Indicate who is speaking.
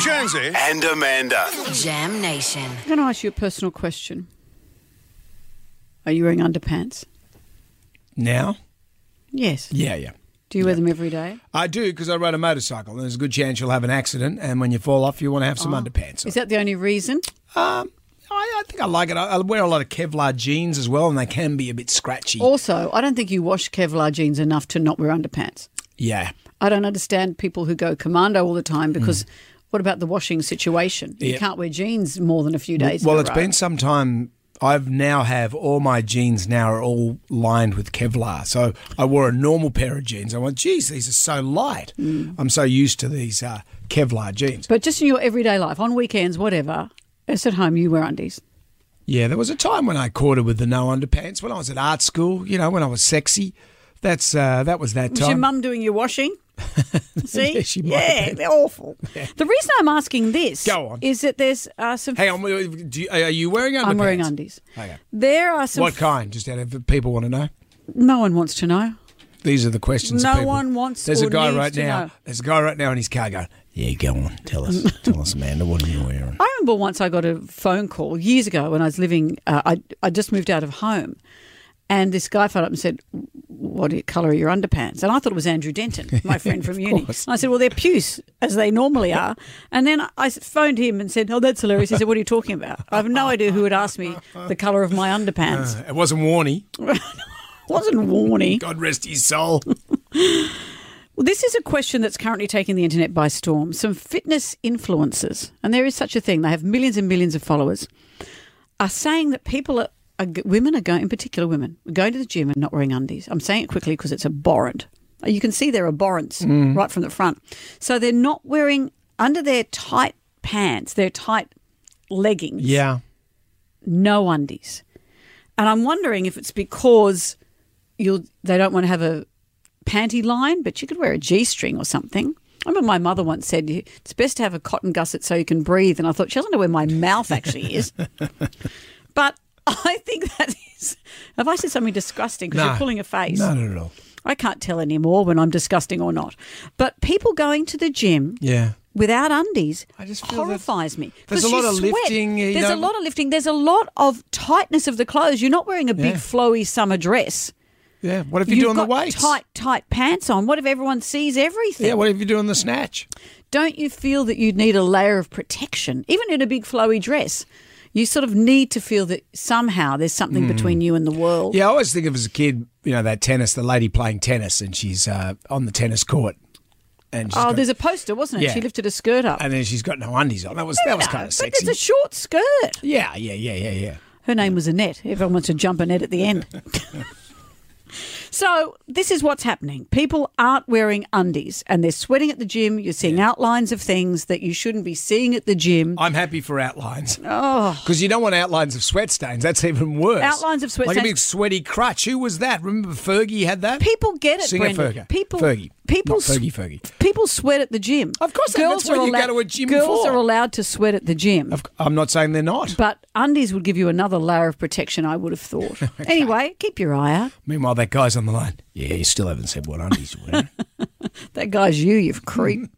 Speaker 1: Jonesy and Amanda.
Speaker 2: Jam Nation.
Speaker 3: I'm going to ask you a personal question. Are you wearing underpants?
Speaker 4: Now?
Speaker 3: Yes.
Speaker 4: Yeah, yeah.
Speaker 3: Do you wear them every day?
Speaker 4: I do because I ride a motorcycle. and There's a good chance you'll have an accident, and when you fall off, you want to have some underpants. On.
Speaker 3: Is that the only reason?
Speaker 4: Um, I, I think I like it. I, I wear a lot of Kevlar jeans as well, and they can be a bit scratchy.
Speaker 3: Also, I don't think you wash Kevlar jeans enough to not wear underpants.
Speaker 4: yeah,
Speaker 3: I don't understand people who go commando all the time because what about the washing situation? You
Speaker 4: Yeah.
Speaker 3: can't wear jeans more than a few days.
Speaker 4: Well,
Speaker 3: in a
Speaker 4: it's
Speaker 3: row.
Speaker 4: been some time. I've now have all my jeans now are all lined with Kevlar. So I wore a normal pair of jeans. I went, geez, these are so light. I'm so used to these uh, Kevlar jeans.
Speaker 3: But just in your everyday life, on weekends, whatever, it's at home, you wear undies.
Speaker 4: Yeah, there was a time when I courted with the no underpants when I was at art school. You know, when I was sexy. That's uh, that was that
Speaker 3: Is your
Speaker 4: time.
Speaker 3: mum doing your washing? See?
Speaker 4: Yeah, she might
Speaker 3: yeah
Speaker 4: be.
Speaker 3: they're awful. The reason I'm asking this
Speaker 4: Go on.
Speaker 3: is that there's uh, some.
Speaker 4: Hang on, do you, are you wearing underpants?
Speaker 3: I'm wearing undies.
Speaker 4: Okay.
Speaker 3: There are some.
Speaker 4: What kind? Just out of people want to know.
Speaker 3: No one wants to know.
Speaker 4: These are the questions.
Speaker 3: No
Speaker 4: people.
Speaker 3: one wants
Speaker 4: There's
Speaker 3: or
Speaker 4: a guy
Speaker 3: needs
Speaker 4: right
Speaker 3: to
Speaker 4: now.
Speaker 3: know.
Speaker 4: There's a guy right now in his car going, "Yeah, go on, tell us, tell us, Amanda, what are you wearing?"
Speaker 3: I remember once I got a phone call years ago when I was living, uh, I, I just moved out of home. And this guy phoned up and said, What colour are your underpants? And I thought it was Andrew Denton, my friend from uni. And I said, Well, they're puce, as they normally are. And then I s- phoned him and said, Oh, that's hilarious. He said, What are you talking about? I have no idea who had asked me the colour of my underpants.
Speaker 4: Uh, It wasn't Warnie.
Speaker 3: wasn't warning.
Speaker 4: God rest his soul.
Speaker 3: Well, this is a question that's currently taking the internet by storm. Some fitness influencers, and there is such a thing, they have millions and millions of followers, are saying that people are, are women are going, in particular women, are going to the gym and not wearing undies. I'm saying it quickly because it's abhorrent. You can see their abhorrence right from the front. So they're not wearing, under their tight pants, their tight leggings,
Speaker 4: yeah.
Speaker 3: no undies. And I'm wondering if it's because you'll they don't want to have a panty line, but you could wear a g-string or something. I remember my mother once said "You- it's best to have a cotton gusset so you can breathe, and I thought she doesn't know where my mouth actually is. but I think that is. Have I said something disgusting? Because
Speaker 4: No.
Speaker 3: you're pulling a face.
Speaker 4: No, not at all.
Speaker 3: I can't tell anymore when I'm disgusting or not. But people going to the gym
Speaker 4: Yeah.
Speaker 3: without undies
Speaker 4: I just feel
Speaker 3: horrifies me.
Speaker 4: there's
Speaker 3: 'Cause
Speaker 4: a lot
Speaker 3: you
Speaker 4: of
Speaker 3: sweat.
Speaker 4: lifting, you
Speaker 3: There's a
Speaker 4: know.
Speaker 3: lot of lifting. There's a lot of tightness of the clothes. You're not wearing a big
Speaker 4: Yeah.
Speaker 3: flowy summer dress.
Speaker 4: Yeah. What if you're doing
Speaker 3: got
Speaker 4: the weights?
Speaker 3: tight, tight pants on. What if everyone sees everything?
Speaker 4: Yeah. What if you're doing the snatch?
Speaker 3: Don't you feel that you need a layer of protection, even in a big flowy dress? You sort of need to feel that somehow there's something between you and the world.
Speaker 4: Hmm. Yeah. I always think of as a kid, you know, that tennis, the lady playing tennis, and she's uh, on the tennis court, and she's
Speaker 3: Oh,
Speaker 4: got-
Speaker 3: there's a poster, wasn't it?
Speaker 4: Yeah.
Speaker 3: She lifted a skirt up.
Speaker 4: and then she's got no undies on. That was that was kind of
Speaker 3: But it's
Speaker 4: sexy.
Speaker 3: a short skirt.
Speaker 4: yeah. Yeah. Yeah. Yeah. Yeah.
Speaker 3: Her name was Annette. Everyone wants to jump Annette at the end. so this is what's happening. People aren't wearing undies and they're sweating at the gym. You're seeing outlines of things that you shouldn't be seeing at the gym.
Speaker 4: I'm happy for outlines. Oh. Because you don't want outlines of sweat stains. That's even worse.
Speaker 3: Outlines of sweat
Speaker 4: like
Speaker 3: stains.
Speaker 4: a big sweaty crutch. Who was that? Remember Fergie had that?
Speaker 3: People get it,
Speaker 4: Singer
Speaker 3: Brendan.
Speaker 4: Fergie.
Speaker 3: People,
Speaker 4: Fergie.
Speaker 3: people,
Speaker 4: Not
Speaker 3: s-
Speaker 4: Fergie, Fergie.
Speaker 3: People sweat at the gym.
Speaker 4: Of course they- that's what you go to a gym
Speaker 3: Girls
Speaker 4: for.
Speaker 3: are allowed to sweat at the gym.
Speaker 4: Of- I'm not saying they're not.
Speaker 3: but undies would give you another layer of protection, I would have thought. Anyway, keep your eye out.
Speaker 4: Meanwhile, that guy's on the line. Yeah, you still haven't said what undies you wearing.
Speaker 3: That guy's you, you creep.